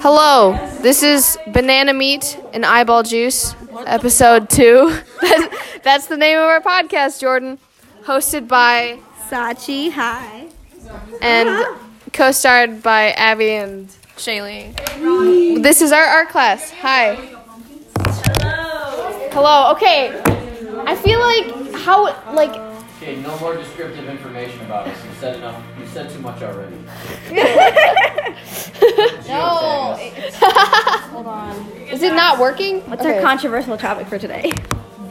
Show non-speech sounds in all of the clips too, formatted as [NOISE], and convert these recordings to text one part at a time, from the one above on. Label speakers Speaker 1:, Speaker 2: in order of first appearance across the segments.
Speaker 1: Hello, this is Banana Meat and Eyeball Juice, episode two. [LAUGHS] That's, that's the name of our podcast, Jordan. Hosted by
Speaker 2: Sachi, hi.
Speaker 1: and co starred by Abby and Shaylee. This is our art class. Hi. Hello. Okay. I feel like how, like,
Speaker 3: Okay, no more descriptive information about us. You said enough. You said too much already. no.
Speaker 1: is it not working?
Speaker 2: What's
Speaker 1: Okay.
Speaker 2: our controversial topic for today?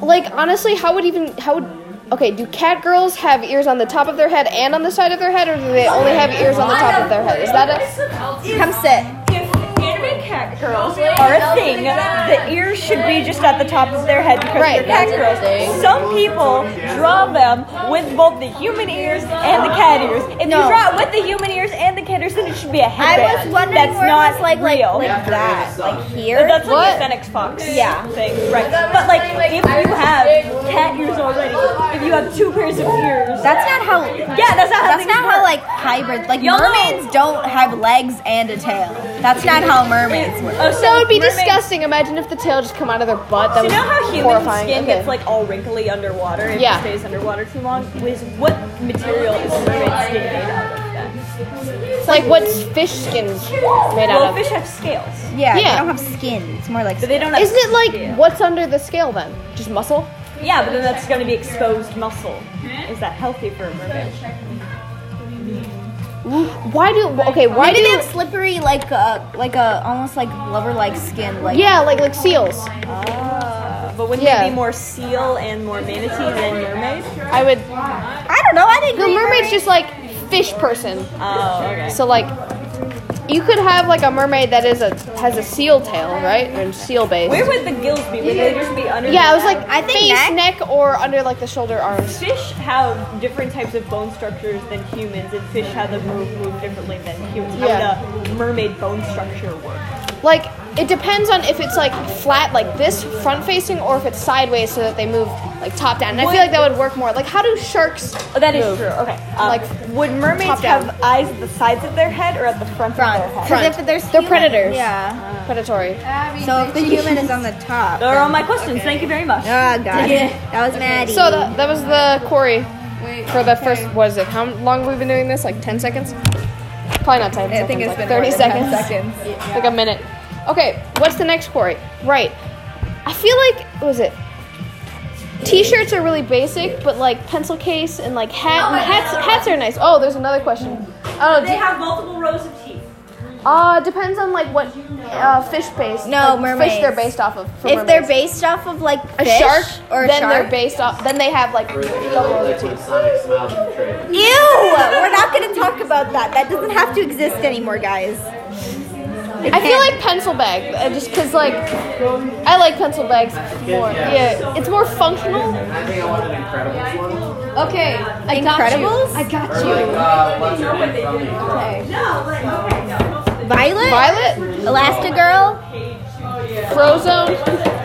Speaker 1: like honestly how would even how would okay do cat girls have ears on the top of their head and on the side of their head or do they only have ears on the top of their head is that a
Speaker 2: Come sit.
Speaker 4: If anime cat girls
Speaker 2: Are
Speaker 4: are
Speaker 2: a thing. The ears should be just at the top of their head because
Speaker 1: Right.
Speaker 2: they're cat girls. Some people draw them with both the human ears and the cat ears. If you draw it with the human ears and the cat ears, then it should be a headband.
Speaker 5: was wondering
Speaker 2: That's
Speaker 5: where it
Speaker 2: not
Speaker 5: was, like- like-
Speaker 2: real.
Speaker 5: like
Speaker 3: that. Like
Speaker 2: But That's like
Speaker 1: What?
Speaker 2: a Fenix Fox
Speaker 5: Yeah.
Speaker 2: thing, right? But like, if you have cat ears already, if you have two pairs of ears,
Speaker 5: That's not how.
Speaker 2: yeah, that's not how
Speaker 5: That's
Speaker 2: things
Speaker 5: not
Speaker 2: work.
Speaker 5: how like hybrid. Like
Speaker 2: Y'all know-
Speaker 5: mermaids don't have legs and a tail. That's not how mermaids work.
Speaker 2: Oh, so
Speaker 1: that would be
Speaker 2: mermaids-
Speaker 1: disgusting imagine if the tail just come out of their butt that
Speaker 2: So you
Speaker 1: was
Speaker 2: know how human
Speaker 1: horrifying
Speaker 2: skin
Speaker 1: Okay.
Speaker 2: gets like all wrinkly underwater if
Speaker 1: Yeah.
Speaker 2: it stays underwater too long? Was what material is mermaid skin made out of?
Speaker 1: It's like what's fish skin made
Speaker 2: Well,
Speaker 1: out of
Speaker 2: fish have scales,
Speaker 1: Yeah.
Speaker 5: Yeah, they don't have skin. It's more like
Speaker 2: but they don't have.
Speaker 1: isn't it like
Speaker 2: scales.
Speaker 1: what's under the scale then just muscle
Speaker 2: Yeah, but then that's going to be exposed muscle. Is that healthy for a mermaid?
Speaker 1: why do okay why
Speaker 5: Why do
Speaker 1: do
Speaker 5: they have slippery like a like a almost like blubber like skin? Like
Speaker 1: yeah like like seals
Speaker 2: Uh, but wouldn't
Speaker 1: Yeah.
Speaker 2: it be more seal and more manatee than mermaid?
Speaker 1: i would
Speaker 5: I don't know. I didn't.
Speaker 1: the
Speaker 5: read
Speaker 1: mermaid's just like fish person
Speaker 2: Oh, okay.
Speaker 1: So like, you could have like a mermaid that is a has a seal tail, right, and seal base.
Speaker 2: Where would the gills be? Would they just be under?
Speaker 1: yeah,
Speaker 2: the
Speaker 1: it was like
Speaker 5: I think
Speaker 1: face,
Speaker 5: neck.
Speaker 1: neck, or under like the shoulder arms.
Speaker 2: Fish have different types of bone structures than humans, and fish have them move move differently than humans.
Speaker 1: Yeah.
Speaker 2: How would a mermaid bone structure work?
Speaker 1: Like it depends on if it's like flat like this, front facing, or if it's sideways so that they move like top down. And I feel like that would work more. Like how do sharks?
Speaker 2: Oh, that is
Speaker 1: move?
Speaker 2: true. Okay. Um,
Speaker 1: Like,
Speaker 2: would mermaids
Speaker 1: top down.
Speaker 2: have eyes at the sides of their head or at the front, of their head?
Speaker 1: front.
Speaker 5: Because if there's
Speaker 1: They're predators.
Speaker 5: Yeah.
Speaker 1: Predatory.
Speaker 5: So if the human is on the top.
Speaker 2: Those are all my questions. Thank you very much.
Speaker 5: Oh
Speaker 1: [LAUGHS]
Speaker 5: god. That was Maddie.
Speaker 1: So the, that was the quarry for the first. What is it? How long have we been doing this? Like ten seconds? Probably not ten seconds.
Speaker 5: I think it's
Speaker 1: like
Speaker 5: been
Speaker 1: thirty
Speaker 5: more than 10
Speaker 1: seconds. Like a minute. Okay, what's the next quarry? Right. I feel like what was it? T-shirts are really basic, but like pencil case and like hat and hats hats are nice. Oh, there's another question. Oh, d-
Speaker 2: have multiple rows of teeth.
Speaker 1: uh, depends on like what uh, fish base. like,
Speaker 5: No,
Speaker 1: Fish
Speaker 5: mermaids.
Speaker 1: they're based off of. for
Speaker 5: if they're
Speaker 1: mermaids.
Speaker 5: based off of like
Speaker 1: a
Speaker 5: fish
Speaker 1: shark,
Speaker 5: or a
Speaker 1: then they're
Speaker 5: shark.
Speaker 1: based off. Then they have like double
Speaker 3: Like when Sonic smiled in the trailer.
Speaker 5: Ew! We're not gonna talk about that. That doesn't have to exist anymore, guys.
Speaker 1: I feel like pencil bag, uh, just because like I like pencil bags more. Yeah, it's more functional.
Speaker 3: I think I wanted Incredibles one.
Speaker 1: Okay, I
Speaker 5: Incredibles?
Speaker 1: I got
Speaker 3: Or like, uh, what's her name from the Incredibles?
Speaker 5: Violet?
Speaker 1: Violet,
Speaker 5: Elastigirl?
Speaker 1: Frozone,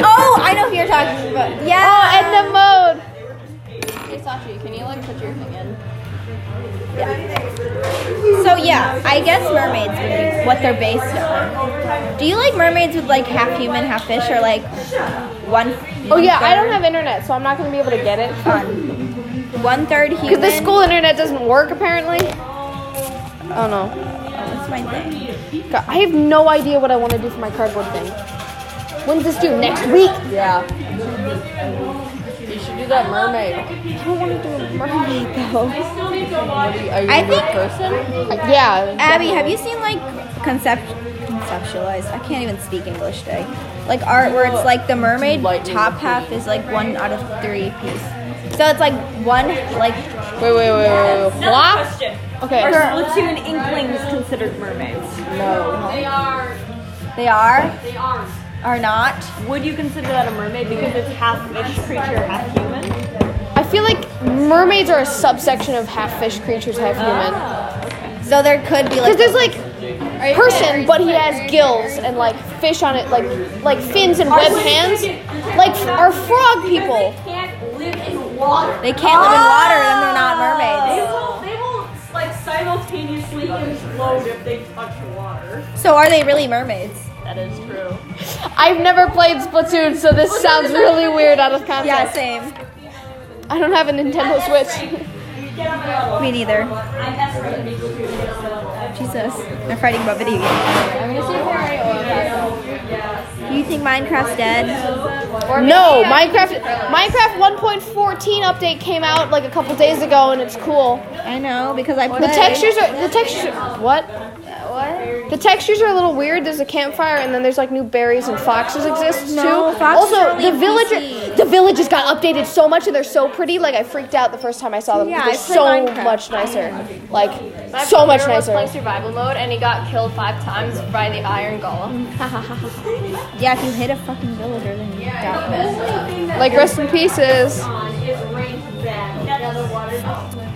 Speaker 5: Oh, I know who you're talking about.
Speaker 1: oh,
Speaker 5: Yeah.
Speaker 1: Edna Mode.
Speaker 5: so yeah, I guess mermaids would be what they're based on. Do you like mermaids with like half human, half fish, or like one?
Speaker 1: Oh yeah, I don't have internet, so I'm not gonna be able to get it.
Speaker 5: one third human.
Speaker 1: Cause the school internet doesn't work apparently. Oh no,
Speaker 5: That's my thing.
Speaker 1: God, I have no idea what I want to do for my cardboard thing. When's this due? Next week? Yeah. You should do that mermaid. I don't want to do a mermaid though.
Speaker 5: I think
Speaker 1: Yeah.
Speaker 5: Abby, have you seen like concept conceptualized? I can't even speak English today. Like art where it's like the mermaid top half is like one out of three piece. So it's like one like
Speaker 1: Wait, wait, wait, wait, wait.
Speaker 2: Another
Speaker 1: Flop?
Speaker 2: question.
Speaker 1: Okay.
Speaker 2: Ah. Are Splatoon inklings considered mermaids?
Speaker 5: they are. They are. Are not.
Speaker 2: Would you consider that a mermaid because it's half fish creature, half human?
Speaker 1: I feel like mermaids are a subsection of half fish creatures, half human.
Speaker 5: So there could be
Speaker 1: Because
Speaker 5: like
Speaker 1: there's like person, but he has gills and like fish on it, like like fins and web hands. Like are frog people.
Speaker 4: can't live in water. Ah!
Speaker 5: they can't live in water then they're not mermaids.
Speaker 4: will, they will like simultaneously implode if they touch water.
Speaker 5: So are they really mermaids?
Speaker 4: That is true.
Speaker 1: I've never played Splatoon, so this sounds really weird out of context.
Speaker 5: Yeah, same.
Speaker 1: I don't have a
Speaker 5: [LAUGHS]
Speaker 1: Nintendo Switch.
Speaker 5: Me neither. Jesus. They're fighting about video games. Do you think Minecraft's dead?
Speaker 1: no,
Speaker 5: uh,
Speaker 1: Minecraft Minecraft 1.14 update came out like a couple days ago and it's cool.
Speaker 5: I know, because I play.
Speaker 1: The textures are the textures are- what? What? The textures are a little weird. There's a campfire, and then there's like new berries and foxes exist
Speaker 5: No,
Speaker 1: too.
Speaker 5: foxes
Speaker 1: also,
Speaker 5: are only
Speaker 1: the
Speaker 5: on
Speaker 1: villager,
Speaker 5: PC.
Speaker 1: the villages got updated so much, and they're so pretty. Like I freaked out the first time I saw them.
Speaker 5: Yeah,
Speaker 1: they're
Speaker 5: I play
Speaker 1: so
Speaker 5: Minecraft.
Speaker 1: much nicer. Like so much nicer.
Speaker 4: playing survival mode and he got killed five times by the iron golem.
Speaker 5: Yeah, if you hit a fucking villager, then you die.
Speaker 1: Like rest in pieces.
Speaker 4: That's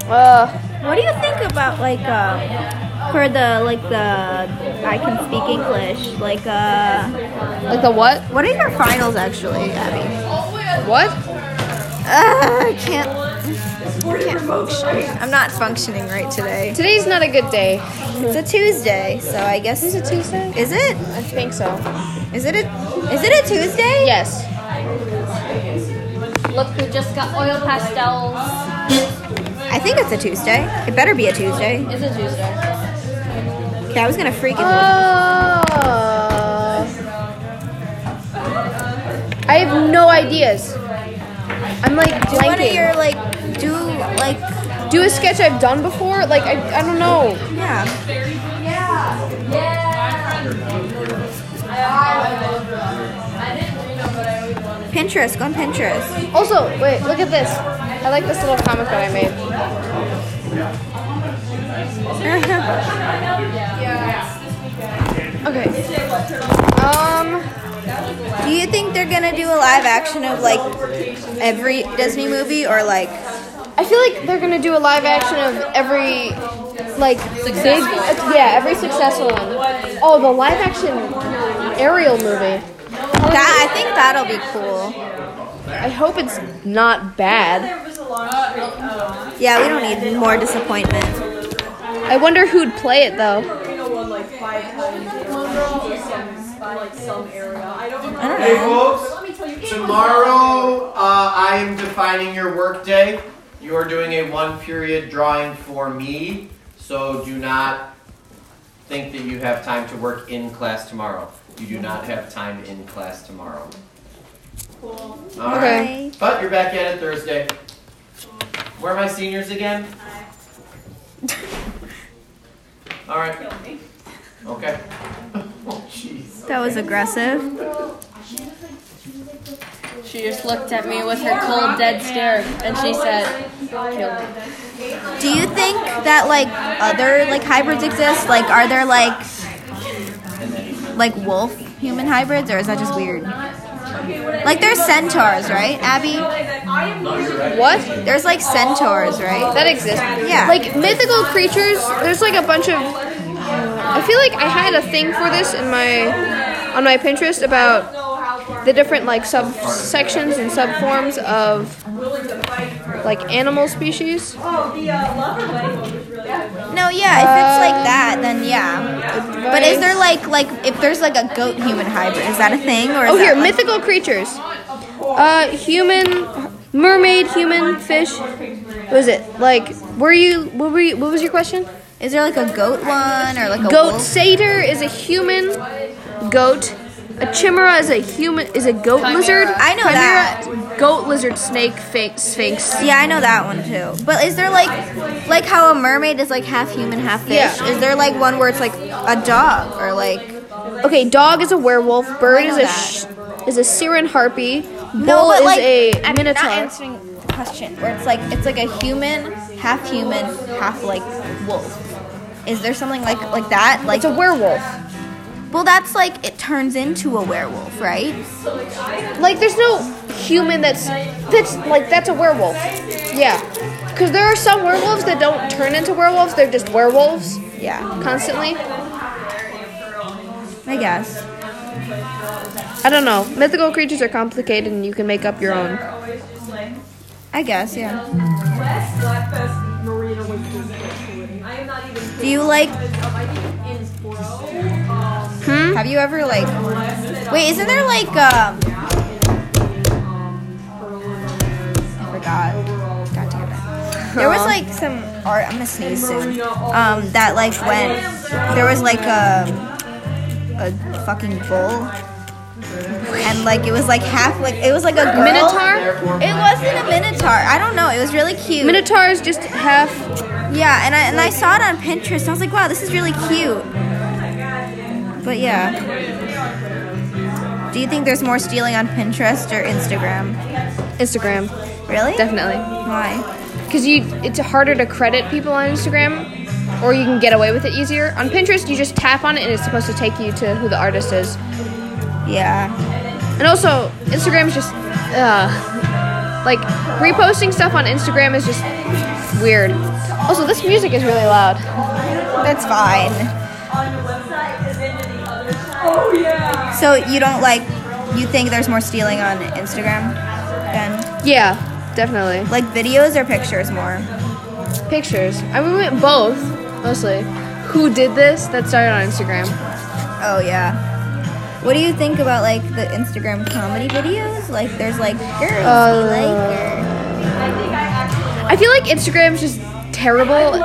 Speaker 1: Uh,
Speaker 5: What do you think about like um for the like the I can speak English like uh
Speaker 1: like the what?
Speaker 5: what are your finals actually, Abby?
Speaker 1: What?
Speaker 5: Uh, I can't. Can't function. I'm not functioning right today.
Speaker 1: Today's not a good day.
Speaker 5: It's a Tuesday, so I guess it's a Tuesday. Is it?
Speaker 1: I think so.
Speaker 5: Is it a? Is it a Tuesday?
Speaker 1: Yes.
Speaker 4: Look, we just got oil pastels.
Speaker 5: I think it's a Tuesday. It better be a Tuesday.
Speaker 4: It's a Tuesday.
Speaker 5: Okay, I was gonna freak it.
Speaker 1: Uh, I have no ideas. I'm like
Speaker 5: do one of
Speaker 1: blanking.
Speaker 5: your like do like
Speaker 1: Do a sketch I've done before? Like I, I don't know.
Speaker 5: yeah. Pinterest, go on Pinterest.
Speaker 1: Also, wait, look at this. I like this little comic that I made. [LAUGHS] Okay. Um,
Speaker 5: Do you think they're gonna do a live action of like every Disney movie or like
Speaker 1: I feel like they're gonna do a live action of every, like successful. yeah, every successful one. Oh, the live action Ariel movie.
Speaker 5: that? I think that'll be cool.
Speaker 1: I hope it's not bad.
Speaker 5: Yeah, we don't need more disappointment.
Speaker 1: I wonder who'd play it though.
Speaker 6: Hey folks, tomorrow uh, I am defining your work day. You are doing a one period drawing for me, so do not think that you have time to work in class tomorrow. You do not have time in class tomorrow. Cool. All right.
Speaker 1: Okay.
Speaker 6: But you're back at it Thursday. Where are my seniors again? All right. Okay. [LAUGHS] Oh, jeez.
Speaker 5: That was aggressive.
Speaker 7: She just looked at me with her cold, dead stare, and she said,
Speaker 5: Do you think that like other like hybrids exist? Like are there like like wolf human hybrids or is that just weird? Like there's centaurs, right, Abby?
Speaker 1: What?
Speaker 5: There's like centaurs, right?
Speaker 1: That exists.
Speaker 5: Yeah.
Speaker 1: Like mythical creatures. There's like a bunch of. I feel like I had a thing for this in my on my Pinterest about the different like subsections and subforms of like animal species.
Speaker 5: No, yeah, if it's like that, then yeah. But is there like like if there's like a goat human hybrid, is that a thing or? Is
Speaker 1: Oh, here,
Speaker 5: that, like-
Speaker 1: mythical creatures. Uh, human, mermaid, human, fish. What was it like? Were you? What were you? What was your question?
Speaker 5: Is there like a goat one or like a
Speaker 1: Goat
Speaker 5: wolf?
Speaker 1: satyr is a human goat. A chimera is a human is a goat lizard.
Speaker 5: I know
Speaker 1: that. Goat lizard snake fa- sphinx.
Speaker 5: Yeah, I know that one too. But is there like like how a mermaid is like half human, half fish?
Speaker 1: Yeah.
Speaker 5: Is there like one where it's like a dog or like
Speaker 1: Okay, dog is a werewolf. Bird
Speaker 5: I
Speaker 1: is
Speaker 5: know
Speaker 1: a sh- is a siren harpy. Bull
Speaker 5: no, but
Speaker 1: is
Speaker 5: like
Speaker 1: a
Speaker 5: I'm
Speaker 1: minotaur.
Speaker 5: not answering the question where it's like it's like a human, half human, half like wolf. Is there something like like that? Like
Speaker 1: it's a werewolf.
Speaker 5: well, that's like it turns into a werewolf, right?
Speaker 1: Like there's no human that's that's like that's a werewolf. Yeah. Cuz there are some werewolves that don't turn into werewolves, they're just werewolves
Speaker 5: Yeah,
Speaker 1: constantly.
Speaker 5: I guess.
Speaker 1: I don't know. Mythical creatures are complicated and you can make up your own.
Speaker 5: I guess, yeah. Do you like Have you ever like? Wait, isn't there like um? I forgot. God damn it. There was like some art. I'm gonna sneeze soon. Um, that like went. There was like a a fucking bull. And like it was like half like it was like a girl.
Speaker 1: Minotaur?
Speaker 5: It wasn't a minotaur. I don't know. It was really cute.
Speaker 1: Minotaur is just half.
Speaker 5: Yeah, and I and I saw it on Pinterest. And I was like, wow, this is really cute. But yeah. Do you think there's more stealing on Pinterest or Instagram?
Speaker 1: Instagram,
Speaker 5: Really?
Speaker 1: definitely.
Speaker 5: Why?
Speaker 1: Because you, it's harder to credit people on Instagram, or you can get away with it easier. On Pinterest, you just tap on it and it's supposed to take you to who the artist is.
Speaker 5: Yeah.
Speaker 1: And also, Instagram is just, uh, like reposting stuff on Instagram is just weird. Also, this music is really loud.
Speaker 5: That's fine. So you don't like you think there's more stealing on Instagram than
Speaker 1: Yeah, definitely.
Speaker 5: like videos or pictures more?
Speaker 1: Pictures. I mean, we went both mostly. Who did this? That started on Instagram.
Speaker 5: Oh yeah. What do you think about like the Instagram comedy videos? Like there's like girls we
Speaker 1: Uh,
Speaker 5: like or
Speaker 1: I feel like Instagram's just terrible [LAUGHS]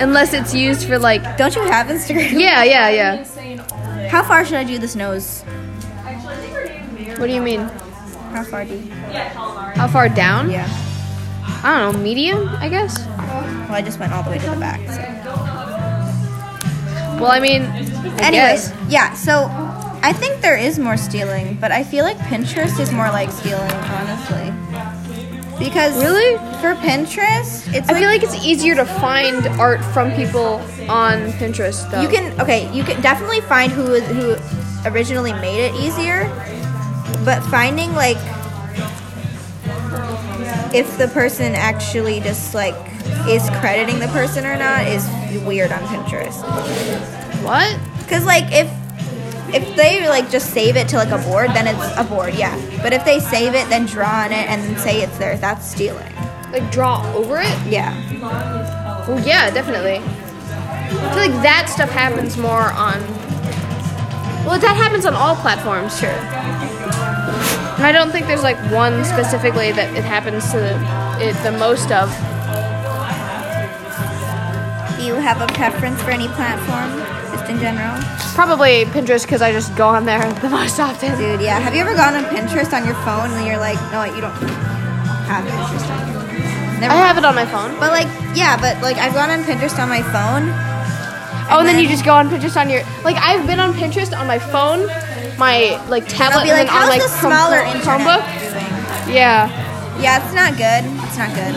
Speaker 1: unless it's used for like.
Speaker 5: Don't you have Instagram? [LAUGHS]
Speaker 1: Yeah, yeah, yeah.
Speaker 5: How far should I do this nose?
Speaker 1: What do you mean?
Speaker 5: How far do you?
Speaker 1: How far down?
Speaker 5: Yeah.
Speaker 1: I don't know, medium, I guess.
Speaker 5: Well, I just went all the way to the back. So.
Speaker 1: Well, I mean, I
Speaker 5: Anyways,
Speaker 1: guess.
Speaker 5: yeah. So I think there is more stealing, but I feel like Pinterest is more like stealing, honestly. Because
Speaker 1: Really?
Speaker 5: for Pinterest, it's
Speaker 1: I
Speaker 5: like,
Speaker 1: feel like it's easier to find art from people on Pinterest, though.
Speaker 5: you can okay, you can definitely find who is- who originally made it easier, but finding like if the person actually just like is crediting the person or not is weird on Pinterest.
Speaker 1: What?
Speaker 5: Cause like if if they like just save it to like a board, then it's a board, yeah. But if they save it, then draw on it and then say it's theirs, that's stealing.
Speaker 1: Like draw over it?
Speaker 5: Yeah.
Speaker 1: Well, yeah, definitely. I feel like that stuff happens more on. Well, that happens on all platforms, sure. And I don't think there's like one specifically that it happens to the, it the most of.
Speaker 5: Do you have a preference for any platform, just in general?
Speaker 1: Probably Pinterest because I just go on there [LAUGHS] the most often.
Speaker 5: Dude, yeah. Have you ever gone on Pinterest on your phone and you're like, no, you don't have Pinterest on your phone? Never
Speaker 1: I have it on my phone.
Speaker 5: But like, yeah, but like I've gone on Pinterest on my phone.
Speaker 1: Oh, and then you just go on Pinterest on your like I've been on Pinterest on my phone, my like
Speaker 5: And I'll
Speaker 1: tablet,
Speaker 5: be
Speaker 1: and then
Speaker 5: like,
Speaker 1: on
Speaker 5: how's
Speaker 1: like
Speaker 5: this
Speaker 1: Chrome-
Speaker 5: smaller
Speaker 1: Chromebook.
Speaker 5: internet doing?
Speaker 1: Yeah,
Speaker 5: Yeah, it's not good. It's not good.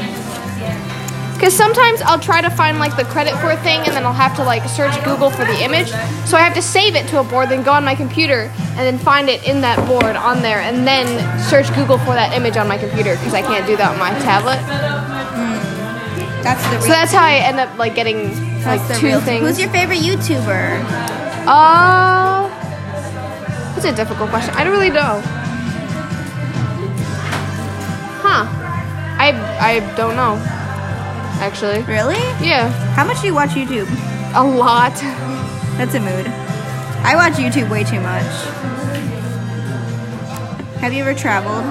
Speaker 1: because sometimes I'll try to find like the credit for a thing, and then I'll have to like search Google for the image. So I have to save it to a board, then go on my computer, and then find it in that board on there, and then search Google for that image on my computer because I can't do that on my tablet.
Speaker 5: That's the real.
Speaker 1: So that's how I end up like getting like
Speaker 5: that's the
Speaker 1: two
Speaker 5: real-
Speaker 1: things.
Speaker 5: Who's your favorite YouTuber?
Speaker 1: Uh, that's a difficult question. I don't really know. Huh? I I don't know. Actually,
Speaker 5: Really?
Speaker 1: yeah,
Speaker 5: How much do you watch YouTube?
Speaker 1: a lot. [LAUGHS]
Speaker 5: That's a mood. I watch YouTube way too much. Have you ever traveled?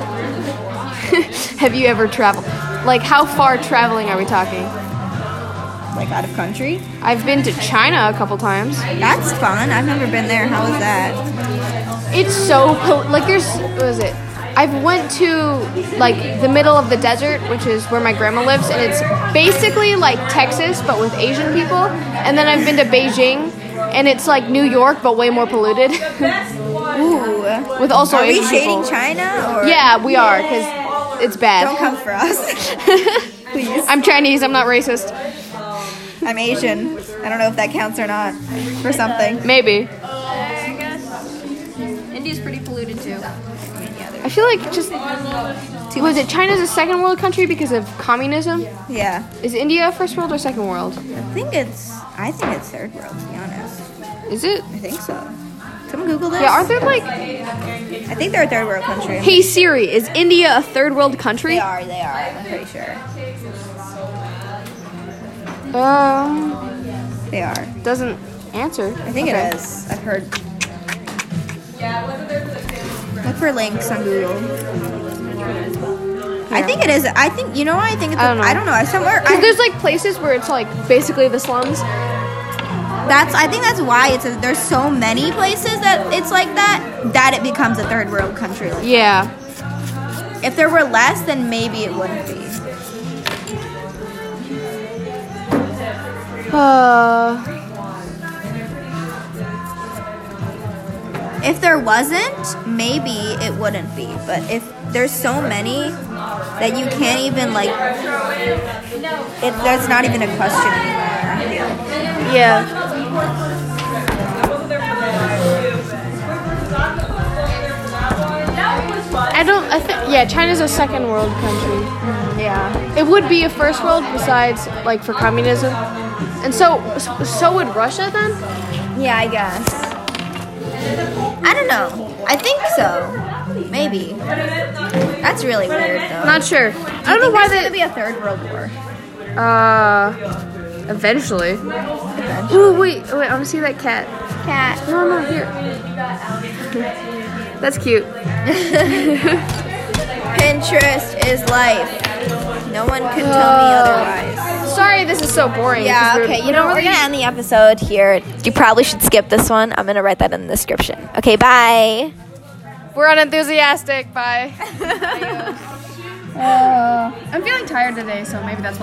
Speaker 1: Have you ever traveled? Like, how far traveling are we talking?
Speaker 5: Like out of country?
Speaker 1: I've been to China a couple times.
Speaker 5: That's fun. I've never been there. How is that?
Speaker 1: It's so po- like there's what is it? I've went to like the middle of the desert, which is where my grandma lives, and it's basically like Texas but with Asian people. And then I've been to Beijing, and it's like New York but way more polluted [LAUGHS]
Speaker 5: Ooh.
Speaker 1: with also
Speaker 5: Are we
Speaker 1: Asian people.
Speaker 5: shading China or
Speaker 1: Oh, Yeah, we are because it's
Speaker 5: don't
Speaker 1: bad.
Speaker 5: come for us? Please.
Speaker 1: I'm Chinese. I'm not racist.
Speaker 5: I'm Asian. I don't know if that counts or not. For something.
Speaker 1: Maybe.
Speaker 4: I guess India's pretty polluted too.
Speaker 1: I feel like just was it China's a second world country because of communism?
Speaker 5: Yeah.
Speaker 1: Is India first world or second world?
Speaker 5: I think it's I think it's third world, to be honest.
Speaker 1: Is it?
Speaker 5: I think so. Someone Google this.
Speaker 1: Yeah, aren't there like
Speaker 5: I think they're a third world country.
Speaker 1: Hey Siri, is India a third world country?
Speaker 5: They are, they are, I'm pretty sure.
Speaker 1: Um,
Speaker 5: They are.
Speaker 1: doesn't answer.
Speaker 5: I think it is. I've heard. Look for links on Google. I think it is. I think you know. What I think it's.
Speaker 1: I don't know.
Speaker 5: I don't know. I somewhere. I,
Speaker 1: Because there's like places where it's like basically the slums.
Speaker 5: that's. I think that's why it's. A, there's so many places that it's like that. That it becomes a third world country. Like,
Speaker 1: Yeah.
Speaker 5: if there were less, then maybe it wouldn't be.
Speaker 1: Uh,
Speaker 5: If there wasn't, maybe it wouldn't be. But if there's so many that you can't even like, it, that's not even a question anymore.
Speaker 1: yeah. I don't. I think yeah. China's a second world country.
Speaker 5: Yeah.
Speaker 1: It would be a first world besides like for communism, and so so would Russia then.
Speaker 5: Yeah, I guess. I don't know. I think so. Maybe. That's really weird though.
Speaker 1: Not sure. I don't know why
Speaker 5: there's gonna
Speaker 1: they.
Speaker 5: be a third world war.
Speaker 1: Uh, eventually. Ooh wait wait. I want to see that cat.
Speaker 5: Cat.
Speaker 1: No, no, here. [LAUGHS] That's cute.
Speaker 5: Pinterest is life. No one can tell
Speaker 1: Oh.
Speaker 5: me otherwise.
Speaker 1: Sorry, this is so boring.
Speaker 5: Yeah,
Speaker 1: 'cause we're-
Speaker 5: okay. You know, we're gonna end the episode here. You probably should skip this one. I'm gonna write that in the description. Okay, bye.
Speaker 1: We're
Speaker 5: [LAUGHS]
Speaker 1: unenthusiastic. Bye.
Speaker 7: I'm feeling tired today, so maybe that's why.